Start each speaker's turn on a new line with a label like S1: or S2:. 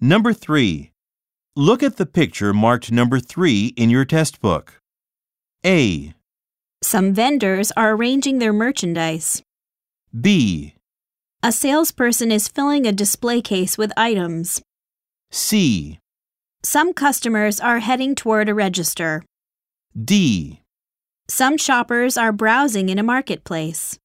S1: Number three. Look at the picture marked number three in your test book. A,
S2: Some vendors are arranging their merchandise.
S1: B,
S2: A salesperson is filling a display case with items.
S1: C,
S2: Some customers are heading toward a register.
S1: D.
S2: Some shoppers are browsing in a marketplace.